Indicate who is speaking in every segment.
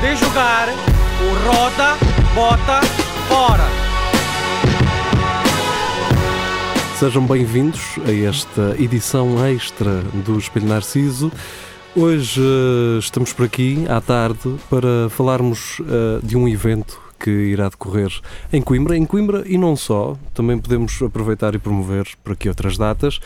Speaker 1: você jogar o roda, bota, fora.
Speaker 2: Sejam bem-vindos a esta edição extra do Espelho Narciso. Hoje eh, estamos por aqui à tarde para falarmos eh, de um evento que irá decorrer em Coimbra, em Coimbra e não só, também podemos aproveitar e promover por aqui outras datas.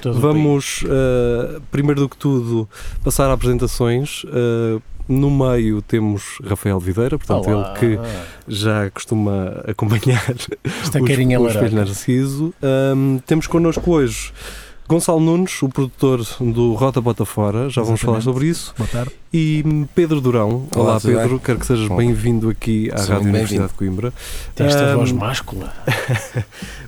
Speaker 3: Todo
Speaker 2: Vamos, eh, primeiro do que tudo, passar a apresentações. Eh, no meio temos Rafael Videira, portanto,
Speaker 3: Olá.
Speaker 2: ele que já costuma acompanhar
Speaker 3: Esta
Speaker 2: os-
Speaker 3: carinha
Speaker 2: os Espelho
Speaker 3: laranja.
Speaker 2: Narciso. Ahm, temos connosco hoje Gonçalo Nunes, o produtor do Rota Bota Fora, já vamos
Speaker 3: Exatamente.
Speaker 2: falar sobre isso.
Speaker 3: Boa tarde.
Speaker 2: E hum, Pedro Durão,
Speaker 4: Olá,
Speaker 2: olá,
Speaker 4: tudo
Speaker 2: Pedro, quero que sejas
Speaker 4: Olá.
Speaker 2: bem-vindo aqui à Rádio
Speaker 4: Sou bem-vindo.
Speaker 2: Universidade de Coimbra.
Speaker 3: Tem esta
Speaker 2: Ahm,
Speaker 3: voz máscula.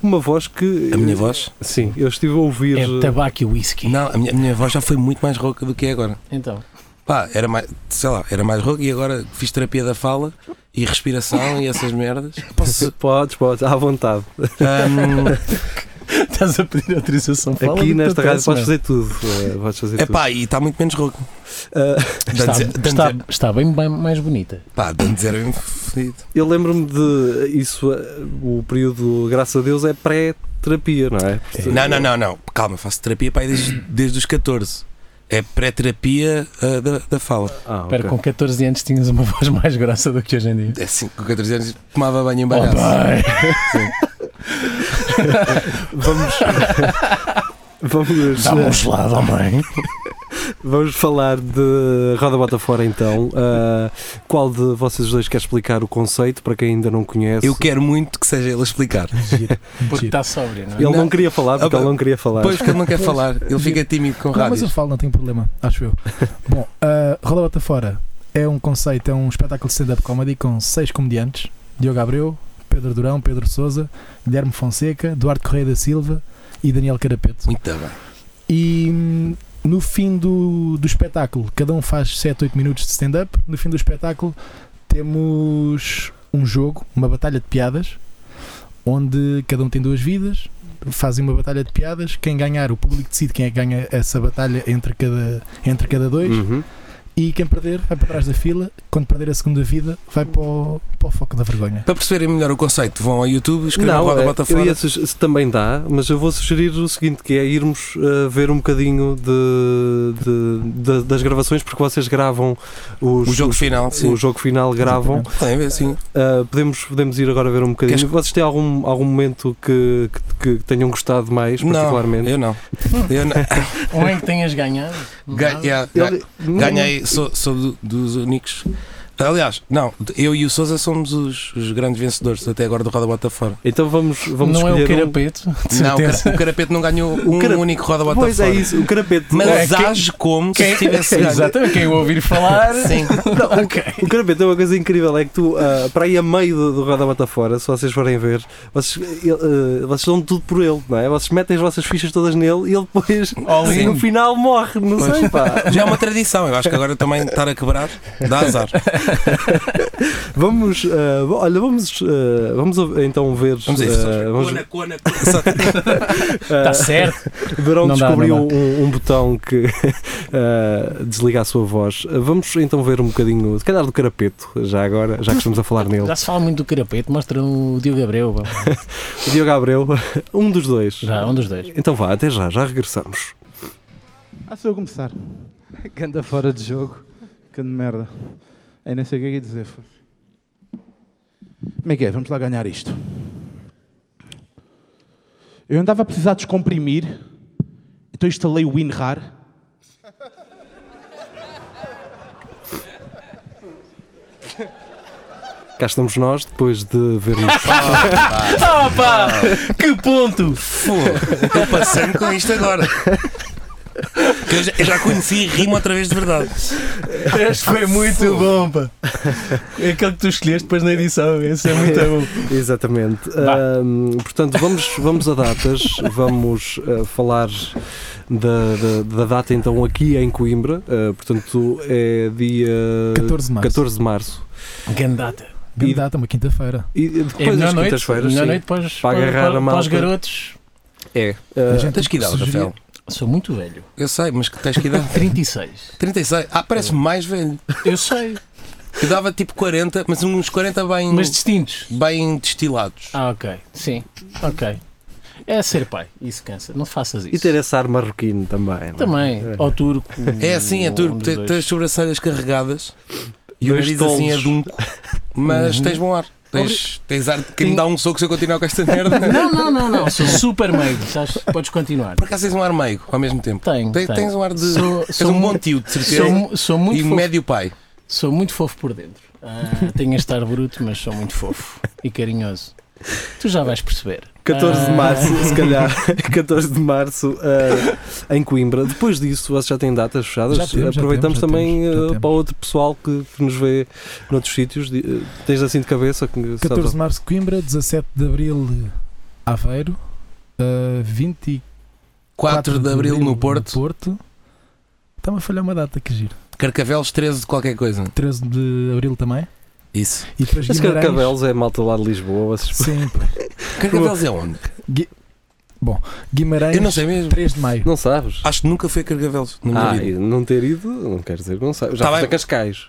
Speaker 2: Uma voz que.
Speaker 4: A minha voz?
Speaker 2: Sim, eu estive a ouvir.
Speaker 3: É tabaco e whisky.
Speaker 4: Não, a minha, a minha voz já foi muito mais rouca do que é agora.
Speaker 3: Então,
Speaker 4: Pá, era mais, sei lá, era mais rouca e agora fiz terapia da fala e respiração e essas merdas. Posso.
Speaker 2: Podes, podes, à vontade.
Speaker 4: Um,
Speaker 3: estás a pedir autorização para
Speaker 2: aqui nesta rádio podes fazer tudo. eh, podes fazer tudo.
Speaker 4: epá, e está muito menos rouco.
Speaker 2: Ah,
Speaker 4: Dando
Speaker 3: Está,
Speaker 4: ze- dando
Speaker 3: está,
Speaker 4: ze-
Speaker 3: está bem, bem mais bonita.
Speaker 4: Pá, dando zero é mesmo fodido.
Speaker 2: Eu lembro-me de isso, eh, o período, graças a Deus, é pré-terapia, não é?
Speaker 4: Não, não, não, não. Calma, faço terapia pá, desde, desde os 14. É pré-terapia ah, da, da fala.
Speaker 2: Ah,
Speaker 3: Espera,
Speaker 2: ok.
Speaker 3: com 14 anos tinhas uma voz mais grossa do que hoje em dia.
Speaker 4: É assim, com 14 anos tomava banho em
Speaker 3: Oh,
Speaker 4: bagaço.
Speaker 3: bem.
Speaker 2: Vamos. Vamos, eh,
Speaker 3: Dá-me um gelado, homem.
Speaker 2: vamos falar de Roda Bota Fora então. Ah, qual de vocês dois quer explicar o conceito para quem ainda não conhece?
Speaker 4: Eu quero muito que seja ele a explicar.
Speaker 3: Porque
Speaker 5: tá
Speaker 3: está sóbrio, não é?
Speaker 2: Ele não,
Speaker 4: Não.
Speaker 2: queria falar porque
Speaker 4: Ah,
Speaker 2: ele não queria falar.
Speaker 4: Pois, porque ele não quer falar. Ele fica tímido com
Speaker 6: Não, mas eu
Speaker 4: rádios.
Speaker 6: falo, não tenho problema, acho eu. Bom, uh, Roda Bota Fora é um conceito, é um espetáculo de stand-up comedy com seis comediantes: Diogo Abreu, Pedro Durão, Pedro Souza, Guilherme Fonseca, Duarte Correia da Silva e Daniel Carapeto.
Speaker 4: Muito bem.
Speaker 6: E hum, no fim do, do espetáculo, cada um faz 7, 8 minutos de stand-up. No fim do espetáculo, temos um jogo, uma batalha de piadas, onde cada um tem duas vidas. Fazem uma batalha de piadas. Quem ganhar, o público decide quem é que ganha essa batalha entre cada, entre cada dois.
Speaker 2: Uhum.
Speaker 6: E quem perder, vai para trás da fila. Quando perder a segunda vida, vai para o, para o foco da vergonha.
Speaker 4: Para perceberem melhor o conceito, vão ao YouTube, escrevam
Speaker 2: Não,
Speaker 4: Roda
Speaker 2: eh,
Speaker 4: Bota
Speaker 2: eu
Speaker 4: Fora.
Speaker 2: ia suge- se também dá, mas eu vou sugerir o seguinte: que é irmos eh, ver um bocadinho de, de- de- das gravações, porque vocês gravam os,
Speaker 4: O jogo final,
Speaker 2: os-
Speaker 4: sim.
Speaker 2: o jogo final gravam.
Speaker 4: Tem a ver, sim.
Speaker 2: Uh, podemos, podemos ir agora ver um bocadinho.
Speaker 4: Queres-
Speaker 2: Vocês têm algum, algum momento que, que, que tenham gostado mais,
Speaker 4: Não,
Speaker 2: particularmente?
Speaker 4: eu não. Eu não.
Speaker 3: Ou é que tenhas ganhado?
Speaker 4: Ga- yeah, ga-
Speaker 2: Ele-
Speaker 4: ganhei, sou, sou do- dos únicos. Aliás, não, eu e o Sousa somos os, os grandes vencedores até agora do Roda Bota Fora.
Speaker 2: Então vamos, vamos
Speaker 3: não é o
Speaker 2: escolher. um-
Speaker 3: carapeto, de
Speaker 4: Não, o
Speaker 3: certeza.
Speaker 4: cara- o Carapete não ganhou um
Speaker 2: cara-
Speaker 4: único Roda Bota
Speaker 2: Pois
Speaker 4: Fora.
Speaker 2: é isso, o carapete.
Speaker 4: Mas
Speaker 3: Não, é que-
Speaker 4: age como se tivesse ganho.
Speaker 3: Exatamente, quem o ouvir falar.
Speaker 4: Sim.
Speaker 2: Não, o- O carapete é uma coisa incrível, é que tu, ah, para aí a meio do, do Roda Bota Fora, se vocês forem ver, vocês, ele, ah, vocês dão tudo por ele, não é? Vocês metem as vossas fichas todas nele e ele depois,
Speaker 3: All in.
Speaker 2: no final, morre, não
Speaker 4: Pois.
Speaker 2: sei, pá.
Speaker 4: Já é uma tradição, eu acho que agora também estar a quebrar dá azar.
Speaker 2: Vamos, ah, olha, vamos, ah, vamos então ver.
Speaker 4: Vamos a isso.
Speaker 2: ah, vamos-
Speaker 4: cona, cona.
Speaker 2: ah,
Speaker 5: Tá
Speaker 3: Está Tá certo.
Speaker 2: Verão
Speaker 6: Não dá,
Speaker 2: descobriu
Speaker 6: não
Speaker 2: um, um botão que eh, desliga a sua voz. Vamos então ver um bocadinho, se calhar do carapeto, já agora, já que estamos a falar nele.
Speaker 3: Já se fala muito do carapeto, mostra o Diogo Abreu. pá.
Speaker 2: O Diogo Abreu, um dos dois.
Speaker 3: Já, um dos dois.
Speaker 2: Então vá, até já, já regressamos.
Speaker 7: Ah, sou eu começar. Ganda fora de jogo. Ganda merda. Aí nem sei o que é que ia dizer. foda-se. Como é que é? Vamos lá ganhar isto. Eu andava a precisar descomprimir, então instalei o WinRAR.
Speaker 2: Cá estamos nós, depois de vermos.
Speaker 3: Ah, pá! Que ponto!
Speaker 4: Eu passei com isto agora. Que Eu já, eu já conheci e rimo outra vez de verdade.
Speaker 3: Este foi muito bom, pá! É aquele que tu escolheste depois na edição, esse é muito bom.
Speaker 2: Exatamente.
Speaker 3: Vá.
Speaker 2: Ahm, portanto, vamos, vamos a datas, vamos ah, falar da, da- da data então aqui em Coimbra. Ah, portanto, é dia
Speaker 6: 14 de março.
Speaker 2: 14 de março.
Speaker 3: Gandata.
Speaker 6: Grande
Speaker 2: E-
Speaker 6: data, uma quinta-feira.
Speaker 2: E eh,
Speaker 3: É a
Speaker 2: depois
Speaker 3: melhor
Speaker 2: das
Speaker 3: noite,
Speaker 2: quintas-feiras.
Speaker 3: melhor
Speaker 2: sim.
Speaker 3: noite para os,
Speaker 2: Para
Speaker 3: para,
Speaker 2: agarrar
Speaker 3: para-
Speaker 2: a
Speaker 3: para os
Speaker 2: malta.
Speaker 3: garotos.
Speaker 2: É.
Speaker 6: A
Speaker 2: Ah,
Speaker 6: gente
Speaker 4: Tens que idade,
Speaker 6: sugeria-
Speaker 4: Rafael?
Speaker 3: Sou muito velho.
Speaker 4: Eu sei, mas que tens que idade?
Speaker 3: 36.
Speaker 4: 36. Ah, parece mais velho.
Speaker 3: Eu sei.
Speaker 4: Eu dava tipo 40, mas uns 40 bem,
Speaker 5: Mas distintos.
Speaker 4: bem destilados.
Speaker 5: Ah, ok. Sim. Ok. É ser pai. Isso cansa. Não faças isso.
Speaker 2: E ter esse ar marroquino também. não é?
Speaker 5: Também.
Speaker 2: É.
Speaker 5: Ou turco.
Speaker 4: É assim, é
Speaker 5: ou um
Speaker 4: turbo.
Speaker 5: dos
Speaker 4: Tens
Speaker 5: dois.
Speaker 4: tens as sobrancelhas carregadas e o
Speaker 2: Dois
Speaker 4: nariz assim
Speaker 2: tolos.
Speaker 4: adunco, mas
Speaker 5: Uhum.
Speaker 4: tens bom ar. Tens, tens ar de quem me dá um soco se eu continuar com esta merda.
Speaker 5: Não, não, não, não. Sou super meigo. sabes? Podes continuar.
Speaker 4: Por acaso tens um ar meigo ao mesmo tempo.
Speaker 5: Tenho.
Speaker 4: Tens,
Speaker 5: tenho.
Speaker 4: tens um ar de.
Speaker 5: Sou,
Speaker 4: tens
Speaker 5: sou,
Speaker 4: um bom
Speaker 5: muito,
Speaker 4: tio, de certeza.
Speaker 5: sou, sou
Speaker 4: e
Speaker 5: muito fofo,
Speaker 4: médio pai.
Speaker 5: sou muito fofo por dentro. Ah, tenho este ar bruto, mas sou muito fofo e carinhoso. Tu já vais perceber.
Speaker 2: 14 de
Speaker 5: Ah,
Speaker 2: março, se calhar, 14 de março eh, em Coimbra. Depois disso, vocês já têm datas fechadas.
Speaker 6: Já temos, já
Speaker 2: Aproveitamos
Speaker 6: temos, já
Speaker 2: também
Speaker 6: temos, já
Speaker 2: eh,
Speaker 6: temos.
Speaker 2: para outro pessoal que, que nos vê noutros sítios. Di- eh, tens assim de cabeça? Que, só para-
Speaker 6: 14 de março Coimbra, 17 de abril Aveiro, ah, 24
Speaker 4: 4 de abril no Porto,
Speaker 6: Porto. Está-me a falhar uma data que giro.
Speaker 4: Carcavelos 13 de qualquer coisa.
Speaker 6: 13 de abril também.
Speaker 4: Isso.
Speaker 6: E depois
Speaker 2: Esse
Speaker 6: Guimarães.
Speaker 2: Carcavelos é malta lá de Lisboa. vocês-
Speaker 6: Sim, pá.
Speaker 4: Carcavelos é onde?
Speaker 6: Guimarães,
Speaker 4: Eu não sei mesmo.
Speaker 6: 3 de maio.
Speaker 2: Não sabes?
Speaker 6: Ah,
Speaker 4: Acho que nunca fui a Carcavelos na minha
Speaker 2: Ah,
Speaker 4: vida.
Speaker 2: e não ter ido, não quer dizer que não sabes. Já
Speaker 4: Tá
Speaker 2: foste
Speaker 4: bem.
Speaker 2: a Cascais.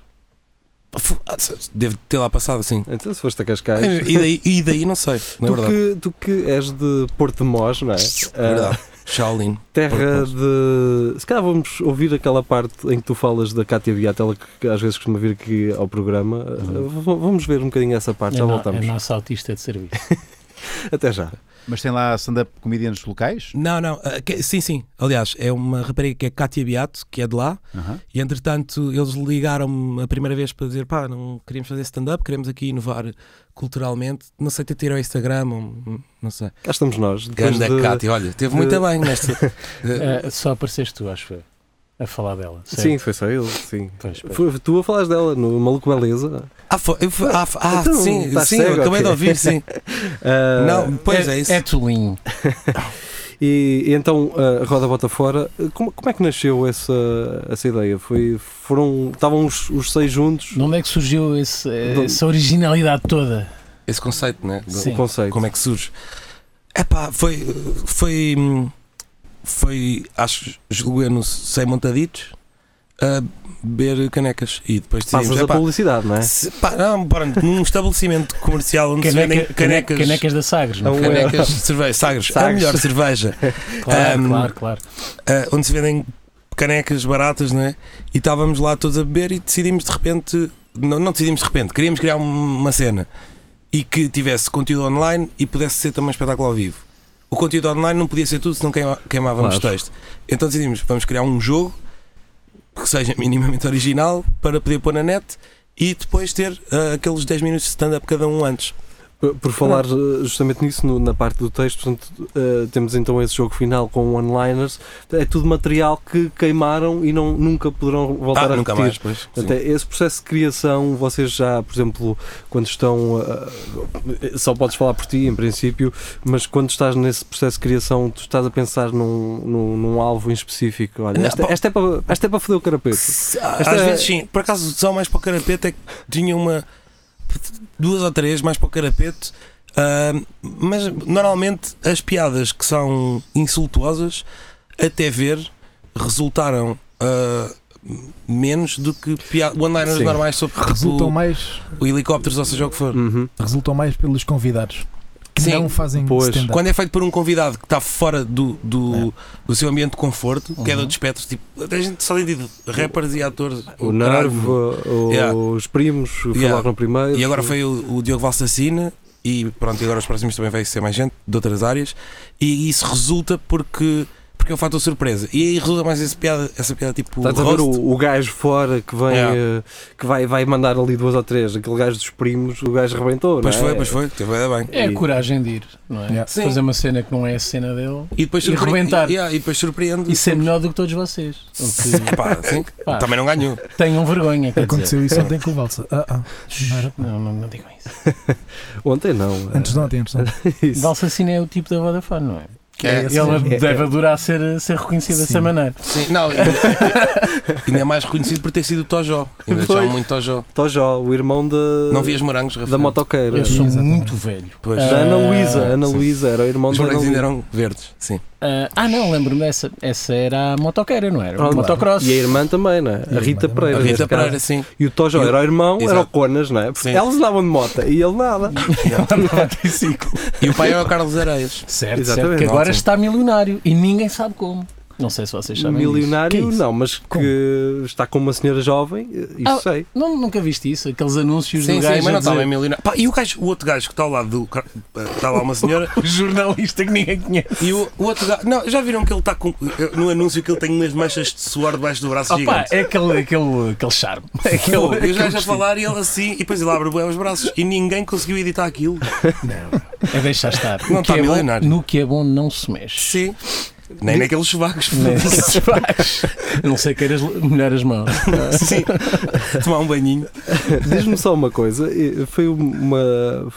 Speaker 4: Fu- ah, se- Devo ter lá passado, sim.
Speaker 2: Então, se foste a Cascais.
Speaker 4: E daí, e daí não sei, na
Speaker 2: Tu
Speaker 4: verdade.
Speaker 2: que, tu que és de Porto de Mós, não é?
Speaker 4: Na
Speaker 2: Ah,
Speaker 4: verdade. Shaolin.
Speaker 2: Terra
Speaker 4: Porto
Speaker 2: de. Se calhar vamos ouvir aquela parte em que tu falas da Cátia Beata, ela que que às vezes costuma vir aqui ao programa.
Speaker 4: Uhum.
Speaker 2: Uh, v- Vamos ver um bocadinho essa parte,
Speaker 5: É,
Speaker 2: já
Speaker 5: no- é
Speaker 2: voltamos.
Speaker 5: nosso autista de serviço.
Speaker 2: Até já.
Speaker 8: Mas tem lá stand-up comediantes locais?
Speaker 4: Não, não, ah, que- sim, sim. Aliás, é uma rapariga que é Cátia Beato, que é de lá,
Speaker 8: Aham.
Speaker 4: e entretanto eles ligaram-me a primeira vez para dizer: pá, não queremos fazer stand-up, queremos aqui inovar culturalmente. Não sei, ter ao Instagram, ou, hum, não sei.
Speaker 2: Cá estamos nós. Depois
Speaker 4: Ganda
Speaker 2: de...
Speaker 4: Cátia, olha, teve
Speaker 2: de-
Speaker 4: muito bem nesta. Eh,
Speaker 5: Ah, só apareceste tu, acho eu, a falar dela. certo?
Speaker 2: Sim, foi só ele. Sim.
Speaker 5: Pois, pois.
Speaker 2: Foi- tu a falares dela no Maluco Beleza.
Speaker 4: ah, foi, eu fui- ah, ah,
Speaker 2: Então,
Speaker 4: sim,
Speaker 2: estás
Speaker 4: sim,
Speaker 2: cego,
Speaker 4: eu acabei
Speaker 2: ok.
Speaker 4: de ouvir, sim.
Speaker 2: Uh,
Speaker 4: Não, pois é, isso.
Speaker 5: É tolinho.
Speaker 2: E, e então, uh, Roda Bota Fora, uh, como, como é que nasceu essa, essa ideia? Foi, foram, estavam os, os seis juntos,
Speaker 5: De onde é que surgiu esse, eh,
Speaker 2: Do-
Speaker 5: essa originalidade toda?
Speaker 4: Esse conceito, né? do-
Speaker 5: Sim.
Speaker 2: o conceito.
Speaker 4: como é que surge. Epá, foi. Foi. Foi. Acho. Julgo eu, não sei, montaditos. A beber canecas. E depois
Speaker 2: Passas
Speaker 4: decidimos.
Speaker 2: a
Speaker 4: Epá,
Speaker 2: publicidade, não é?
Speaker 4: se- pá, não, bora, num estabelecimento comercial onde se vendem
Speaker 5: Caneca- cane-
Speaker 4: canecas. Canecas,
Speaker 5: canecas da Sagres, não é?
Speaker 2: Então,
Speaker 5: foi?
Speaker 4: canecas de cerveja. Sagres. é A
Speaker 2: Sagres.
Speaker 4: melhor cerveja.
Speaker 5: Claro,
Speaker 4: um,
Speaker 5: claro, claro.
Speaker 4: ah, onde se vendem canecas baratas, não é? E estávamos lá todos a beber e decidimos de repente. Não, não decidimos de repente, queríamos criar um- uma cena e que tivesse conteúdo online e pudesse ser também um espetáculo ao vivo. O conteúdo online não podia ser tudo, senão queima, queimávamos
Speaker 2: Claro.
Speaker 4: texto. Então decidimos, vamos criar um jogo que seja minimamente original para poder pôr na net e depois ter ah, aqueles 10 minutos de stand-up cada um antes.
Speaker 2: Por por falar eh, justamente nisso, no- na parte do texto, portanto, eh, temos então esse jogo final com one-liners. É tudo material que queimaram e não, nunca poderão voltar
Speaker 4: ah,
Speaker 2: a
Speaker 4: nunca
Speaker 2: repetir.
Speaker 4: mais, pois. Sim.
Speaker 2: Portanto, é esse processo de criação, vocês já, por exemplo, quando estão. eh, só podes falar por ti, em princípio, mas quando estás nesse processo de criação, tu estás a pensar num, num, num alvo em específico. Olha,
Speaker 4: Não,
Speaker 2: esta,
Speaker 4: pá-
Speaker 2: esta é para, esta é para foder o carapete.
Speaker 4: Se- a-
Speaker 2: Esta
Speaker 4: Às
Speaker 2: é-
Speaker 4: vezes sim, por acaso só mais para o carapete é que tinha uma duas ou três mais para o carapete, ahm, mas normalmente as piadas que são insultuosas até ver resultaram ah, menos do que pia- one-liners
Speaker 2: Sim.
Speaker 4: normais sobre
Speaker 6: Resultam
Speaker 4: tipo,
Speaker 6: mais,
Speaker 4: o helicópteros, ou seja o que for.
Speaker 2: Uhum.
Speaker 6: resultam mais pelos convidados que
Speaker 4: Sim.
Speaker 6: não fazem
Speaker 2: Pois.
Speaker 6: stand-up.
Speaker 4: Quando é feito por um convidado que está fora do,
Speaker 2: É.
Speaker 4: do, do seu ambiente de conforto, que é de
Speaker 5: Uhum.
Speaker 4: outro espectro, tipo, a gente só tem dito rappers e atores.
Speaker 2: O
Speaker 4: caralho,
Speaker 2: nervo, o-
Speaker 4: Yeah.
Speaker 2: os primos, o
Speaker 4: Yeah.
Speaker 2: falar no primeiro.
Speaker 4: E agora foi o, o Diogo Valsacina e pronto, e agora os próximos também vai ser mais gente de outras áreas e isso resulta porque, porque é um fator surpresa. E aí resulta mais essa piada, essa piada tipo
Speaker 2: Estás a ver
Speaker 4: roast. É.
Speaker 2: o, o gajo fora que vem
Speaker 4: Yeah.
Speaker 2: eh, que vai, vai mandar ali duas ou três, aquele gajo dos primos, o gajo rebentou,
Speaker 4: Pois
Speaker 2: não é?
Speaker 4: foi, pois foi, teve bem, bem.
Speaker 5: É a coragem de ir, não é?
Speaker 6: Yeah.
Speaker 4: Sim.
Speaker 5: Fazer uma cena que não é a cena dele
Speaker 4: E depois,
Speaker 5: E rebentar.
Speaker 4: e, yeah, e depois surpreende.
Speaker 5: e ser melhor do que todos vocês. Porque,
Speaker 4: Epá, sim.
Speaker 5: pá,
Speaker 4: Também não ganhou.
Speaker 5: tenham vergonha, quer dizer.
Speaker 6: Aconteceu isso ontem com o Valsa. Ah, ah. Não era-
Speaker 5: Não, não, não digam isso.
Speaker 2: Ontem não. eh,
Speaker 6: Antes de ontem, antes de ontem.
Speaker 2: isso.
Speaker 5: Valsacina é o tipo da Vodafone, não é?
Speaker 4: É,
Speaker 6: esse
Speaker 5: Ela
Speaker 6: mesmo.
Speaker 5: deve adorar ser, ser reconhecida dessa
Speaker 6: Sim.
Speaker 5: maneira.
Speaker 4: Sim, não, ainda- ainda é mais reconhecido por ter sido o Tojó. Ainda
Speaker 2: Pois.
Speaker 4: chamo muito Tojó.
Speaker 2: Tojó, o irmão da,
Speaker 4: Não vi as morangos, Rafael.
Speaker 2: da motoqueira.
Speaker 5: Eu sou
Speaker 6: Exatamente.
Speaker 5: muito velho.
Speaker 4: Pois.
Speaker 5: Ah,
Speaker 2: Da Ana Luísa, Ana
Speaker 4: sim.
Speaker 2: Luísa, era o irmão
Speaker 4: Os
Speaker 2: da Ana
Speaker 4: morangos ainda
Speaker 2: Luísa.
Speaker 4: eram verdes, sim.
Speaker 5: Ah, ah, não, lembro-me dessa. Essa era a motoqueira, não era?
Speaker 2: Ah, claro.
Speaker 5: Motocross.
Speaker 2: E a irmã também, não é?
Speaker 6: E
Speaker 2: A
Speaker 6: a
Speaker 2: Rita
Speaker 6: irmã também.
Speaker 2: Pereira.
Speaker 4: A Rita
Speaker 2: neste caso.
Speaker 4: Pereira, sim.
Speaker 2: E o Tojo era o irmão, era o
Speaker 4: Exato.
Speaker 2: Conas, não é? Porque
Speaker 4: Sim.
Speaker 2: eles andavam de moto e ele nada.
Speaker 4: E o pai é o Carlos Areias.
Speaker 5: Certo, certo,
Speaker 2: Exatamente.
Speaker 5: que agora
Speaker 4: Ótimo.
Speaker 5: está milionário e ninguém sabe como. Não sei se vocês sabem. disso. Que é
Speaker 2: Milionário,
Speaker 5: isso?
Speaker 2: não, mas que
Speaker 5: Como?
Speaker 2: está com uma senhora jovem, eh, isso
Speaker 5: Ah,
Speaker 2: sei.
Speaker 5: Não, nunca viste isso? Aqueles anúncios
Speaker 4: Sim,
Speaker 5: do
Speaker 4: sim,
Speaker 5: gajo.
Speaker 4: mas não
Speaker 5: a dizer-
Speaker 4: estava em milionário. Pá, e o, gajo, o outro gajo que está ao lado do. Car- Está lá uma senhora.
Speaker 5: o jornalista que ninguém conhece.
Speaker 4: e o, o outro gajo. Não, já viram que ele está com. eh, No anúncio que ele tem umas manchas de suor debaixo do braço
Speaker 5: Opa,
Speaker 4: gigante.
Speaker 5: é aquele, aquele, aquele charme. É aquele-
Speaker 4: Pô, e
Speaker 5: aquele
Speaker 4: os gajos a
Speaker 5: vestido.
Speaker 4: falar e ele assim, e depois ele abre bué os braços e ninguém conseguiu editar aquilo.
Speaker 5: É deixar estar.
Speaker 4: Não
Speaker 5: O que
Speaker 4: está
Speaker 5: é bom-
Speaker 4: milionário.
Speaker 5: no que é bom não se mexe.
Speaker 4: Sim. Nem naqueles chuvacos.
Speaker 5: Nem se faz. A não sei queiras molhar as mãos.
Speaker 4: Sim. Tomar um banhinho.
Speaker 2: Diz-me só uma coisa, eh, foi uma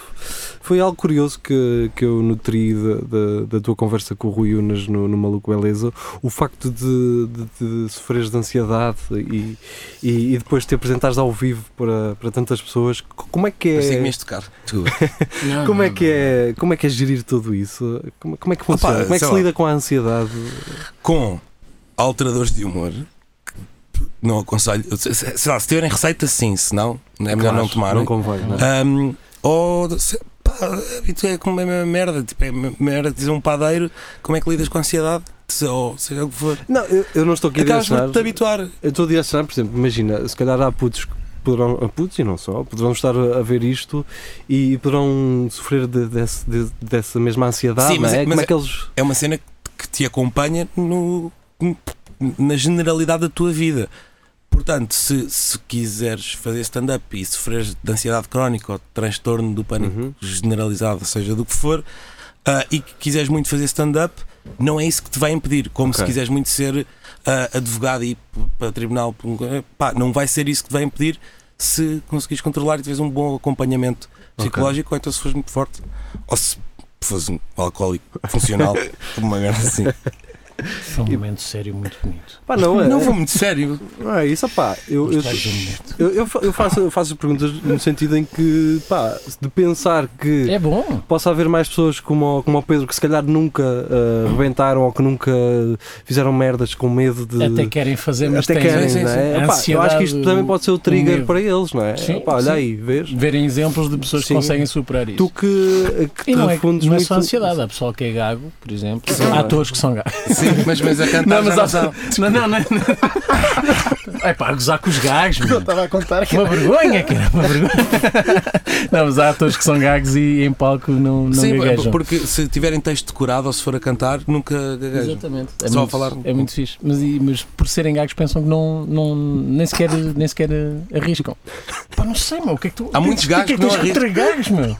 Speaker 2: foi algo curioso que, que eu nutri da, da, da tua conversa com o Rui Unas no, no Maluco Beleza, o facto de, de, de sofreres de ansiedade e, e, e depois te apresentares ao vivo para, para tantas pessoas, C- como é que
Speaker 4: Consigo me
Speaker 2: é?
Speaker 4: tocar.
Speaker 5: Não,
Speaker 2: Como
Speaker 5: não,
Speaker 2: é que é, como é que é gerir tudo isso? Como, como é que funciona? como é que
Speaker 4: né? sei
Speaker 2: se
Speaker 4: lá.
Speaker 2: lida com a ansiedade?
Speaker 4: Com alteradores de humor, não aconselho. Se, se- sei lá, se tiverem receita, sim. Se não, é melhor
Speaker 2: Claro,
Speaker 4: não tomarem.
Speaker 2: Não convém, não é?
Speaker 4: Um, ou se- pá, habituei a comer a mesma merda, tipo, é a mesma merda de dizer um padeiro, como é que lidas com a ansiedade? Se- Ou seja o que for.
Speaker 2: Não, eu, eu não estou aqui a
Speaker 4: Acabas por
Speaker 2: direcionar.
Speaker 4: te habituar.
Speaker 2: Eu estou a direcionar, por exemplo, imagina, se calhar há putos que poderão, há putos e não só, poderão estar a, a ver isto e poderão sofrer de- desse- de- dessa mesma ansiedade,
Speaker 4: Sim, mas
Speaker 2: não é?
Speaker 4: é-
Speaker 2: Como
Speaker 4: mas
Speaker 2: é que eles...
Speaker 4: É uma cena que te acompanha no, na generalidade da tua vida. Portanto, se, se quiseres fazer stand-up e sofreres de ansiedade crónica ou de transtorno do pânico
Speaker 2: Uhum.
Speaker 4: generalizado, seja do que for, ah, e que quiseres muito fazer stand-up, não é isso que te vai impedir. Como
Speaker 2: Ok.
Speaker 4: se quiseres muito ser ah, advogado e ir p- para tribunal, p- pá, não vai ser isso que te vai impedir se conseguires controlar e tiveres um bom acompanhamento psicológico, ou então se fores muito forte, ou se fores um alcoólico funcional, uma merda assim.
Speaker 5: Foi um momento sério muito bonito.
Speaker 2: Pá, não, é,
Speaker 4: Não vou muito sério.
Speaker 2: não é isso, pá, eu, eu,
Speaker 5: Gostei do um momento.
Speaker 2: eu, eu fa- eu faço, eu faço perguntas no sentido em que, pá, de pensar que...
Speaker 5: É bom.
Speaker 2: Possa haver mais pessoas como o, como o Pedro que se calhar nunca ah, rebentaram ou que nunca fizeram merdas com medo de.
Speaker 5: Até querem fazer, mas
Speaker 2: até
Speaker 5: têm
Speaker 2: querem,
Speaker 4: sim,
Speaker 2: não é? Pá, eu
Speaker 5: sim.
Speaker 2: acho que
Speaker 5: Ansiedade,
Speaker 2: isto também pode ser o
Speaker 5: o
Speaker 2: trigger
Speaker 5: medo.
Speaker 2: para eles, não é?
Speaker 5: Sim,
Speaker 2: Pá, olha
Speaker 5: sim.
Speaker 2: aí, vês?
Speaker 5: verem exemplos de pessoas
Speaker 2: Sim.
Speaker 5: que conseguem superar isso.
Speaker 2: Tu que, que
Speaker 5: E
Speaker 2: te
Speaker 5: não é,
Speaker 2: refundes
Speaker 5: não é
Speaker 2: muito.
Speaker 5: só ansiedade, há pessoal que é gago, por exemplo.
Speaker 2: Sim.
Speaker 5: há atores que são gagos.
Speaker 4: Sim, mas, mas a cantar
Speaker 5: Não, mas
Speaker 4: já
Speaker 5: há-
Speaker 4: não sabe.
Speaker 5: Não, não, não. não. É pá, a gozar com os gajos, mano.
Speaker 6: Estava a contar que
Speaker 5: Uma vergonha, cara, uma vergonha. Não, mas há atores que são gagos e em palco não, não
Speaker 4: Sim,
Speaker 5: gaguejam.
Speaker 4: porque se tiverem texto decorado ou se for a cantar, nunca
Speaker 5: É,
Speaker 4: gaguejam.
Speaker 5: Exatamente.
Speaker 4: Só
Speaker 5: muito,
Speaker 4: a falar.
Speaker 5: É muito fixe. Mas, e- mas por serem gagos pensam que não, não, nem, sequer, nem sequer eh, arriscam. Pá, não sei, meu. O que é que tu.
Speaker 4: Há muitos
Speaker 5: o que é que
Speaker 4: gagos que não
Speaker 5: tens contra gagos, meu.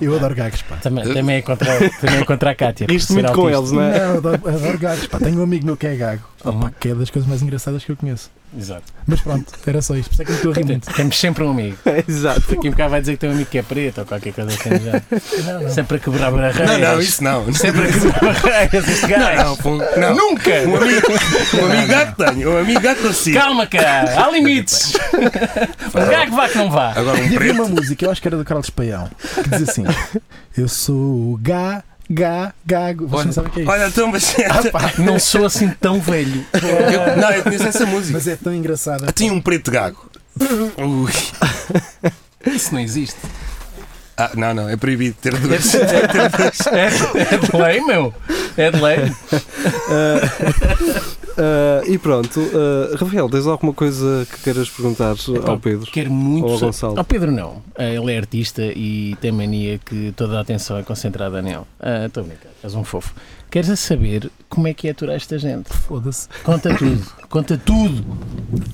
Speaker 6: eu adoro gagos, pá.
Speaker 5: Também, também, é contra, também é contra a Cátia. por
Speaker 2: Riste
Speaker 5: ser
Speaker 2: muito com
Speaker 5: autista.
Speaker 2: eles, não
Speaker 6: Não,
Speaker 2: é?
Speaker 6: eu adoro, eu adoro gagos, pá. Tenho um amigo meu que é gago.
Speaker 5: Uhum.
Speaker 6: Pá, que é das coisas mais engraçadas que eu conheço.
Speaker 5: Exato.
Speaker 6: Mas pronto, era só isto. Por isso é que me estou a rir muito.
Speaker 5: Temos sempre um amigo.
Speaker 2: Exato.
Speaker 5: Daqui a bocado vai dizer que tem um amigo que é preto ou qualquer coisa assim. Já.
Speaker 6: Não, não.
Speaker 5: Sempre a quebrar barreiras.
Speaker 4: Não, não, isso não.
Speaker 5: Sempre a quebrar barreiras. Este gajo.
Speaker 4: Não, pum, não. Nunca! Um amigo, um amigo gato tenho, um amigo gato consigo.
Speaker 5: Calma, cara, há limites. um gago vá que não vá.
Speaker 4: Agora um
Speaker 6: E havia uma
Speaker 4: preto.
Speaker 6: música, eu acho que era do Carlos Paião, que diz assim: Eu sou o ga, ga, gago. Vocês não sabem o que é isso.
Speaker 4: Olha, então, mas.
Speaker 6: Ah, pá,
Speaker 5: Não sou assim tão velho.
Speaker 4: Eu- não, eu conheço essa música.
Speaker 6: mas é tão engraçada.
Speaker 4: Ah, Tinha um preto gago. Ui.
Speaker 5: Isso não existe.
Speaker 4: Ah, não, não, é proibido ter dois.
Speaker 5: É, é de lei, meu. É de lei.
Speaker 2: Ah, e pronto, ah, Rafael, tens alguma coisa que queiras perguntar ao Pedro?
Speaker 5: Quero muito.
Speaker 2: Ou ao
Speaker 5: sa-
Speaker 2: Gonçalo.
Speaker 5: Ao Pedro não. Eh, Ele é artista e tem mania que toda a atenção é concentrada nele. Ah, Estou a brincar, és um fofo. Queres saber como é que é aturar esta gente?
Speaker 6: Foda-se.
Speaker 5: Conta tudo. Conta tudo.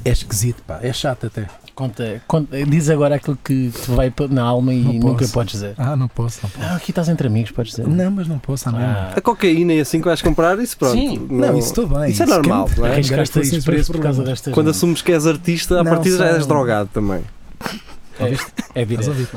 Speaker 6: É esquisito, pá. É chato até.
Speaker 5: Conta, conta- diz agora aquilo que te vai pa- na alma e
Speaker 6: Não
Speaker 5: nunca
Speaker 6: posso.
Speaker 5: podes dizer.
Speaker 6: Ah, não posso, não posso.
Speaker 5: Ah, aqui estás entre amigos, podes dizer.
Speaker 6: Não, mas não posso, ah, não.
Speaker 5: Ah,
Speaker 2: A cocaína e assim que vais comprar, isso pronto.
Speaker 5: Sim.
Speaker 6: Não, isso tudo bem.
Speaker 2: Isso é normal,
Speaker 6: quem-
Speaker 2: não é?
Speaker 6: quem
Speaker 5: arriscaste
Speaker 6: garante
Speaker 5: a ir
Speaker 6: vocês
Speaker 5: preso por
Speaker 6: problemas.
Speaker 5: causa destas.
Speaker 2: Quando assumes que és artista, a
Speaker 6: Não,
Speaker 2: partir já
Speaker 6: são-
Speaker 2: és drogado também.
Speaker 5: É, é
Speaker 6: Estás a
Speaker 5: direto.
Speaker 6: ouvir?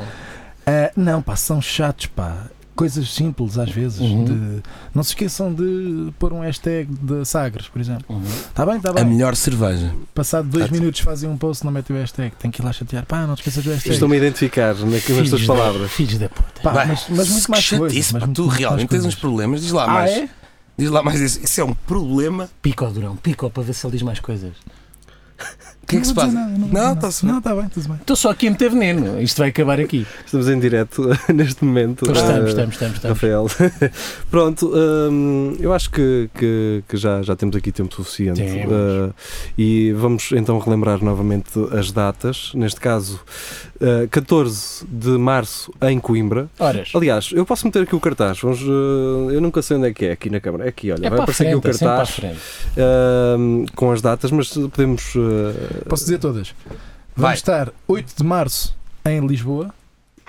Speaker 6: Ah, não, pá, são chatos, pá. coisas simples às vezes.
Speaker 5: Uhum.
Speaker 6: de- não se esqueçam de pôr um hashtag de Sagres, por exemplo.
Speaker 5: Uhum.
Speaker 6: Está bem, está
Speaker 4: A
Speaker 6: bem.
Speaker 4: melhor cerveja.
Speaker 6: Passado dois
Speaker 4: Certo.
Speaker 6: minutos fazem um post, não metem o hashtag. Tem que ir lá chatear. Pá, não te esqueças do hashtag.
Speaker 2: Estou-me a identificar naquelas
Speaker 5: Filhos é?
Speaker 2: nestas
Speaker 5: da-
Speaker 2: palavras.
Speaker 5: Filhos da puta.
Speaker 6: Pá,
Speaker 4: Vai,
Speaker 6: Ah, mas, mas muito
Speaker 4: que
Speaker 6: mais
Speaker 4: chatice,
Speaker 6: coisas.
Speaker 4: pá,
Speaker 6: Mas muito
Speaker 4: tu
Speaker 6: mais
Speaker 4: realmente tens
Speaker 6: coisas.
Speaker 4: uns problemas. Diz lá
Speaker 6: Ah,
Speaker 4: mais.
Speaker 6: é?
Speaker 4: Diz lá mais isso. Isso é um problema.
Speaker 5: Pico ao Durão, pico para ver se ele diz mais coisas.
Speaker 4: O que é que se
Speaker 6: Não vou dizer
Speaker 4: passa?
Speaker 6: nada, Não,
Speaker 4: Não,
Speaker 6: não,
Speaker 4: tá-se
Speaker 6: não, está bem, tudo bem.
Speaker 5: Estou só aqui a meter veneno. Isto vai acabar aqui.
Speaker 2: Estamos em direto neste momento.
Speaker 5: Pois
Speaker 2: Ah,
Speaker 5: estamos, estamos, estamos, estamos.
Speaker 2: Rafael. Pronto, hum, eu acho que, que- que já, já temos aqui tempo suficiente.
Speaker 5: Temos.
Speaker 2: Uh, e vamos então relembrar novamente as datas. Neste caso, uh, 14 de março em Coimbra.
Speaker 5: Horas.
Speaker 2: Aliás, eu posso meter aqui o cartaz. Vamos, uh, eu nunca sei onde é que é aqui na câmara. É aqui, olha,
Speaker 5: É
Speaker 2: vai
Speaker 5: para a
Speaker 2: aparecer aqui
Speaker 5: frente,
Speaker 2: o
Speaker 5: é sempre para a
Speaker 2: cartaz
Speaker 5: frente.
Speaker 2: hum, com as datas, mas podemos. uh,
Speaker 6: Posso dizer todas? Vamos
Speaker 4: Vai.
Speaker 6: estar 8 de março em Lisboa.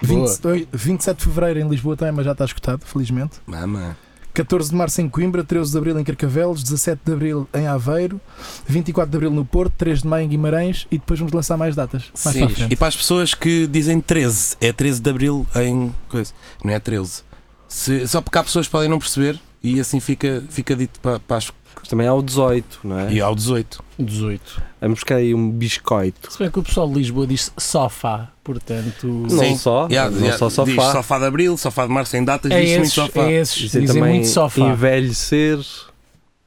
Speaker 5: Boa.
Speaker 6: 20, oi, 27 de fevereiro em Lisboa também, mas já está escutado, felizmente.
Speaker 4: Mama.
Speaker 6: 14 de março em Coimbra, 13 de abril em Carcavelos, 17 de abril em Aveiro, 24 de abril no Porto, 3 de maio em Guimarães e depois vamos lançar mais datas. Mais
Speaker 4: Sim.
Speaker 6: para a frente.
Speaker 4: E para as pessoas que dizem 13, é 13 de abril em. coisa. Não é 13. Se- só porque há pessoas que podem não perceber e assim fica, fica dito para, para as.
Speaker 2: também há o 18, não é?
Speaker 4: E ao 18.
Speaker 5: 18.
Speaker 2: Vamos buscar aí um biscoito.
Speaker 5: Se bem que o pessoal de Lisboa diz sofá, portanto.
Speaker 4: Sim.
Speaker 2: Não só,
Speaker 4: Yeah,
Speaker 2: não
Speaker 4: yeah,
Speaker 2: só
Speaker 4: diz
Speaker 2: sofá.
Speaker 4: Oh, sofá de abril, sofá de março sem datas,
Speaker 5: É
Speaker 4: diz muito
Speaker 5: esses,
Speaker 4: sofá.
Speaker 5: é esses.
Speaker 2: Isso é
Speaker 5: Dizem
Speaker 2: também
Speaker 5: muito sofá.
Speaker 2: Envelhecer.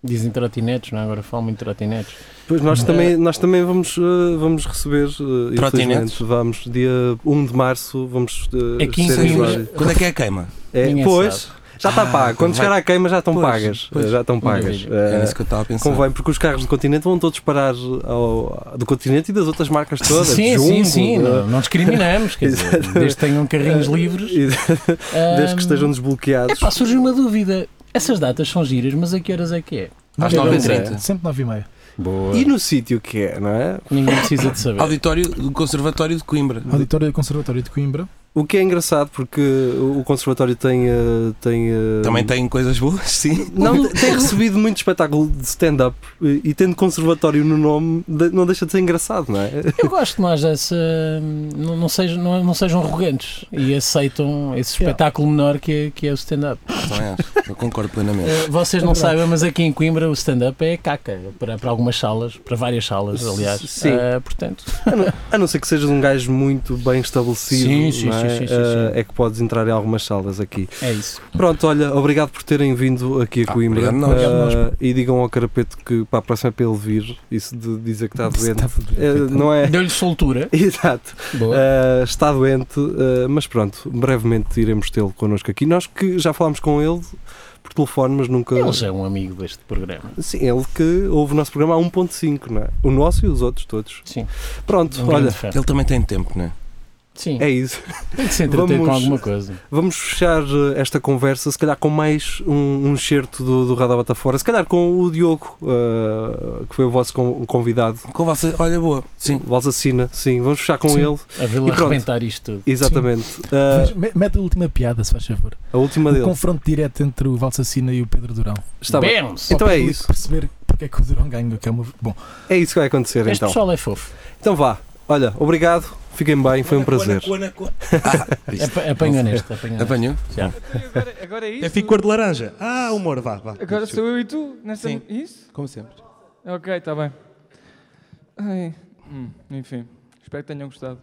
Speaker 5: Dizem trotinetes, não é? Agora falam muito trotinetes.
Speaker 2: Pois
Speaker 5: É.
Speaker 2: nós também, nós também vamos, eh, vamos receber, eh,
Speaker 4: Trotinetes?
Speaker 2: infelizmente, vamos, dia 1 de março, vamos eh,
Speaker 5: É 15
Speaker 2: ser
Speaker 5: em
Speaker 2: usuários.
Speaker 5: Coimbra.
Speaker 4: Quando é que é a queima?
Speaker 2: É,
Speaker 5: Ninguém
Speaker 2: pois,
Speaker 5: sabe.
Speaker 2: já está
Speaker 4: Ah,
Speaker 2: pago. Quando
Speaker 4: vai-
Speaker 2: chegar à queima já estão
Speaker 4: Pois,
Speaker 2: pagas.
Speaker 4: pois.
Speaker 2: eh, Já estão pagas.
Speaker 5: vejo.
Speaker 2: Eh,
Speaker 4: Era isso É que eu estava a pensar.
Speaker 2: Convém, porque os carros do continente vão todos parar ao- do continente e das outras marcas todas.
Speaker 5: sim,
Speaker 2: Jumbo,
Speaker 5: sim, sim,
Speaker 2: eh,
Speaker 5: não, não discriminamos, quer dizer,
Speaker 2: Exatamente.
Speaker 5: desde que tenham carrinhos livres.
Speaker 2: e desde que estejam
Speaker 5: É
Speaker 2: desbloqueados.
Speaker 5: pá, surge uma dúvida. Essas datas são giras, mas a que horas é que é?
Speaker 4: Às
Speaker 6: Nove e
Speaker 4: 9h30.
Speaker 6: meia, Sempre 9 e meia.
Speaker 5: Boa.
Speaker 2: E no sítio que é, não é?
Speaker 5: Ninguém precisa de saber.
Speaker 4: Auditório do Conservatório de Coimbra.
Speaker 6: Auditório do Conservatório de Coimbra.
Speaker 2: O que é engraçado porque o conservatório tem. eh, tem eh,
Speaker 4: Também tem coisas boas, sim.
Speaker 2: Não, tem recebido muito espetáculo de stand-up eh, e, e tendo conservatório no nome, de- não deixa de ser engraçado, não é?
Speaker 5: Eu gosto mais dessa. Não, não sejam, não, não sejam arrogantes e aceitam esse espetáculo menor que é, que é o stand-up.
Speaker 4: Também acho. Eu concordo plenamente.
Speaker 5: Eh, Vocês não
Speaker 6: É verdade.
Speaker 5: sabem, mas aqui em Coimbra o stand-up é caca para, para algumas salas, para várias salas, aliás.
Speaker 2: Sim.
Speaker 5: Eh, portanto,
Speaker 2: A não, a não ser que sejas um gajo muito bem estabelecido,
Speaker 5: Sim, sim,
Speaker 2: não é?
Speaker 5: sim, sim, sim,
Speaker 2: Ah,
Speaker 5: sim.
Speaker 2: é que podes entrar em algumas salas aqui.
Speaker 5: é isso.
Speaker 2: Pronto, olha, obrigado por terem vindo aqui a
Speaker 4: Ah,
Speaker 2: Coimbra
Speaker 4: obrigado nós.
Speaker 2: Ah,
Speaker 6: Obrigado
Speaker 2: e digam ao Carapeto que para a próxima é para ele vir, isso de dizer que está doente,
Speaker 6: Está tudo bem,
Speaker 2: eh,
Speaker 6: coitado.
Speaker 2: não é?
Speaker 5: Deu-lhe soltura.
Speaker 2: Exato,
Speaker 5: Boa.
Speaker 2: Ah, está doente, ah, mas pronto, brevemente iremos tê-lo connosco aqui. Nós que já falámos com ele por telefone, mas nunca.
Speaker 5: Ele já é um amigo deste programa.
Speaker 2: Sim, ele que ouve o nosso programa a 1.5, não é? O nosso e os outros todos.
Speaker 5: Sim.
Speaker 2: Pronto,
Speaker 5: Um
Speaker 2: olha,
Speaker 5: grande fã.
Speaker 4: Ele também tem tempo, não é?
Speaker 5: Sim.
Speaker 2: é isso.
Speaker 5: Tem que se entreter
Speaker 2: Vamos-
Speaker 5: com alguma coisa.
Speaker 2: Vamos fechar eh, esta conversa, se calhar com mais um, um certo do, do Radar Bota Fora, se calhar com o Diogo, eh, que foi o vosso con- convidado.
Speaker 4: Com você, olha, boa. Sim.
Speaker 2: Voz assina, sim, vamos fechar com
Speaker 6: Sim.
Speaker 2: ele.
Speaker 5: A vê-lo
Speaker 2: E pronto.
Speaker 5: arrebentar isto tudo.
Speaker 2: Exatamente. Eh,
Speaker 6: Mas me- Mete a última piada, se faz favor.
Speaker 2: a última
Speaker 6: O
Speaker 2: dele.
Speaker 6: confronto direto entre o Valsacina e o Pedro Durão.
Speaker 2: Está bem.
Speaker 5: Bams!
Speaker 2: Então
Speaker 6: Só para
Speaker 2: é
Speaker 6: o público
Speaker 2: isso.
Speaker 6: perceber porque é que o Durão ganhou, que é uma... Bom,
Speaker 2: É isso que vai acontecer
Speaker 5: Este
Speaker 2: então.
Speaker 5: pessoal é fofo.
Speaker 2: Então vá. Olha, obrigado, fiquem bem, foi um prazer.
Speaker 5: Apa- Apanhou neste. Apanhou. neste.
Speaker 4: Apanhou?
Speaker 1: Agora, agora é isso?
Speaker 4: cor de laranja. Ah, humor, vá, vá.
Speaker 1: Agora sou eu e tu? Nesta
Speaker 4: Sim.
Speaker 1: Isso?
Speaker 4: Como sempre.
Speaker 1: Ok, está bem. Ai, hum, enfim, espero que tenham gostado.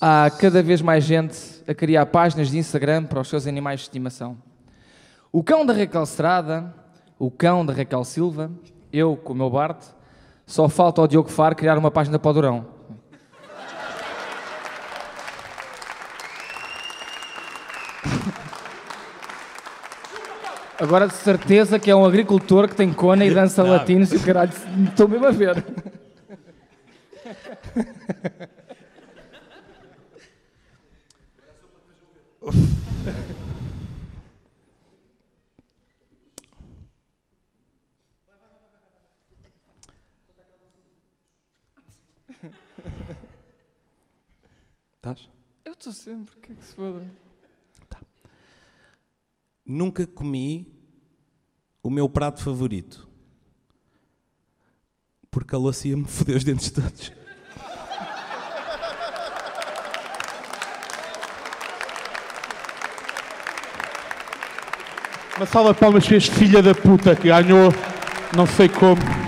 Speaker 1: Há cada vez mais gente a criar páginas de Instagram para os seus animais de estimação. O cão da Raquel Estrada, o cão da Raquel Silva, eu com o meu Bart, só falta ao Diogo Faro criar uma página para o Durão. Agora de certeza que é um agricultor que tem cona e dança latinos e o caralho, estou mesmo a ver.
Speaker 4: Estás?
Speaker 1: Eu estou sempre, que é que se foda?
Speaker 4: Nunca comi o meu prato favorito. Porque a lacia me fodeu os dentes todos.
Speaker 7: Uma salva de palmas para este filho da puta que ganhou, não sei como.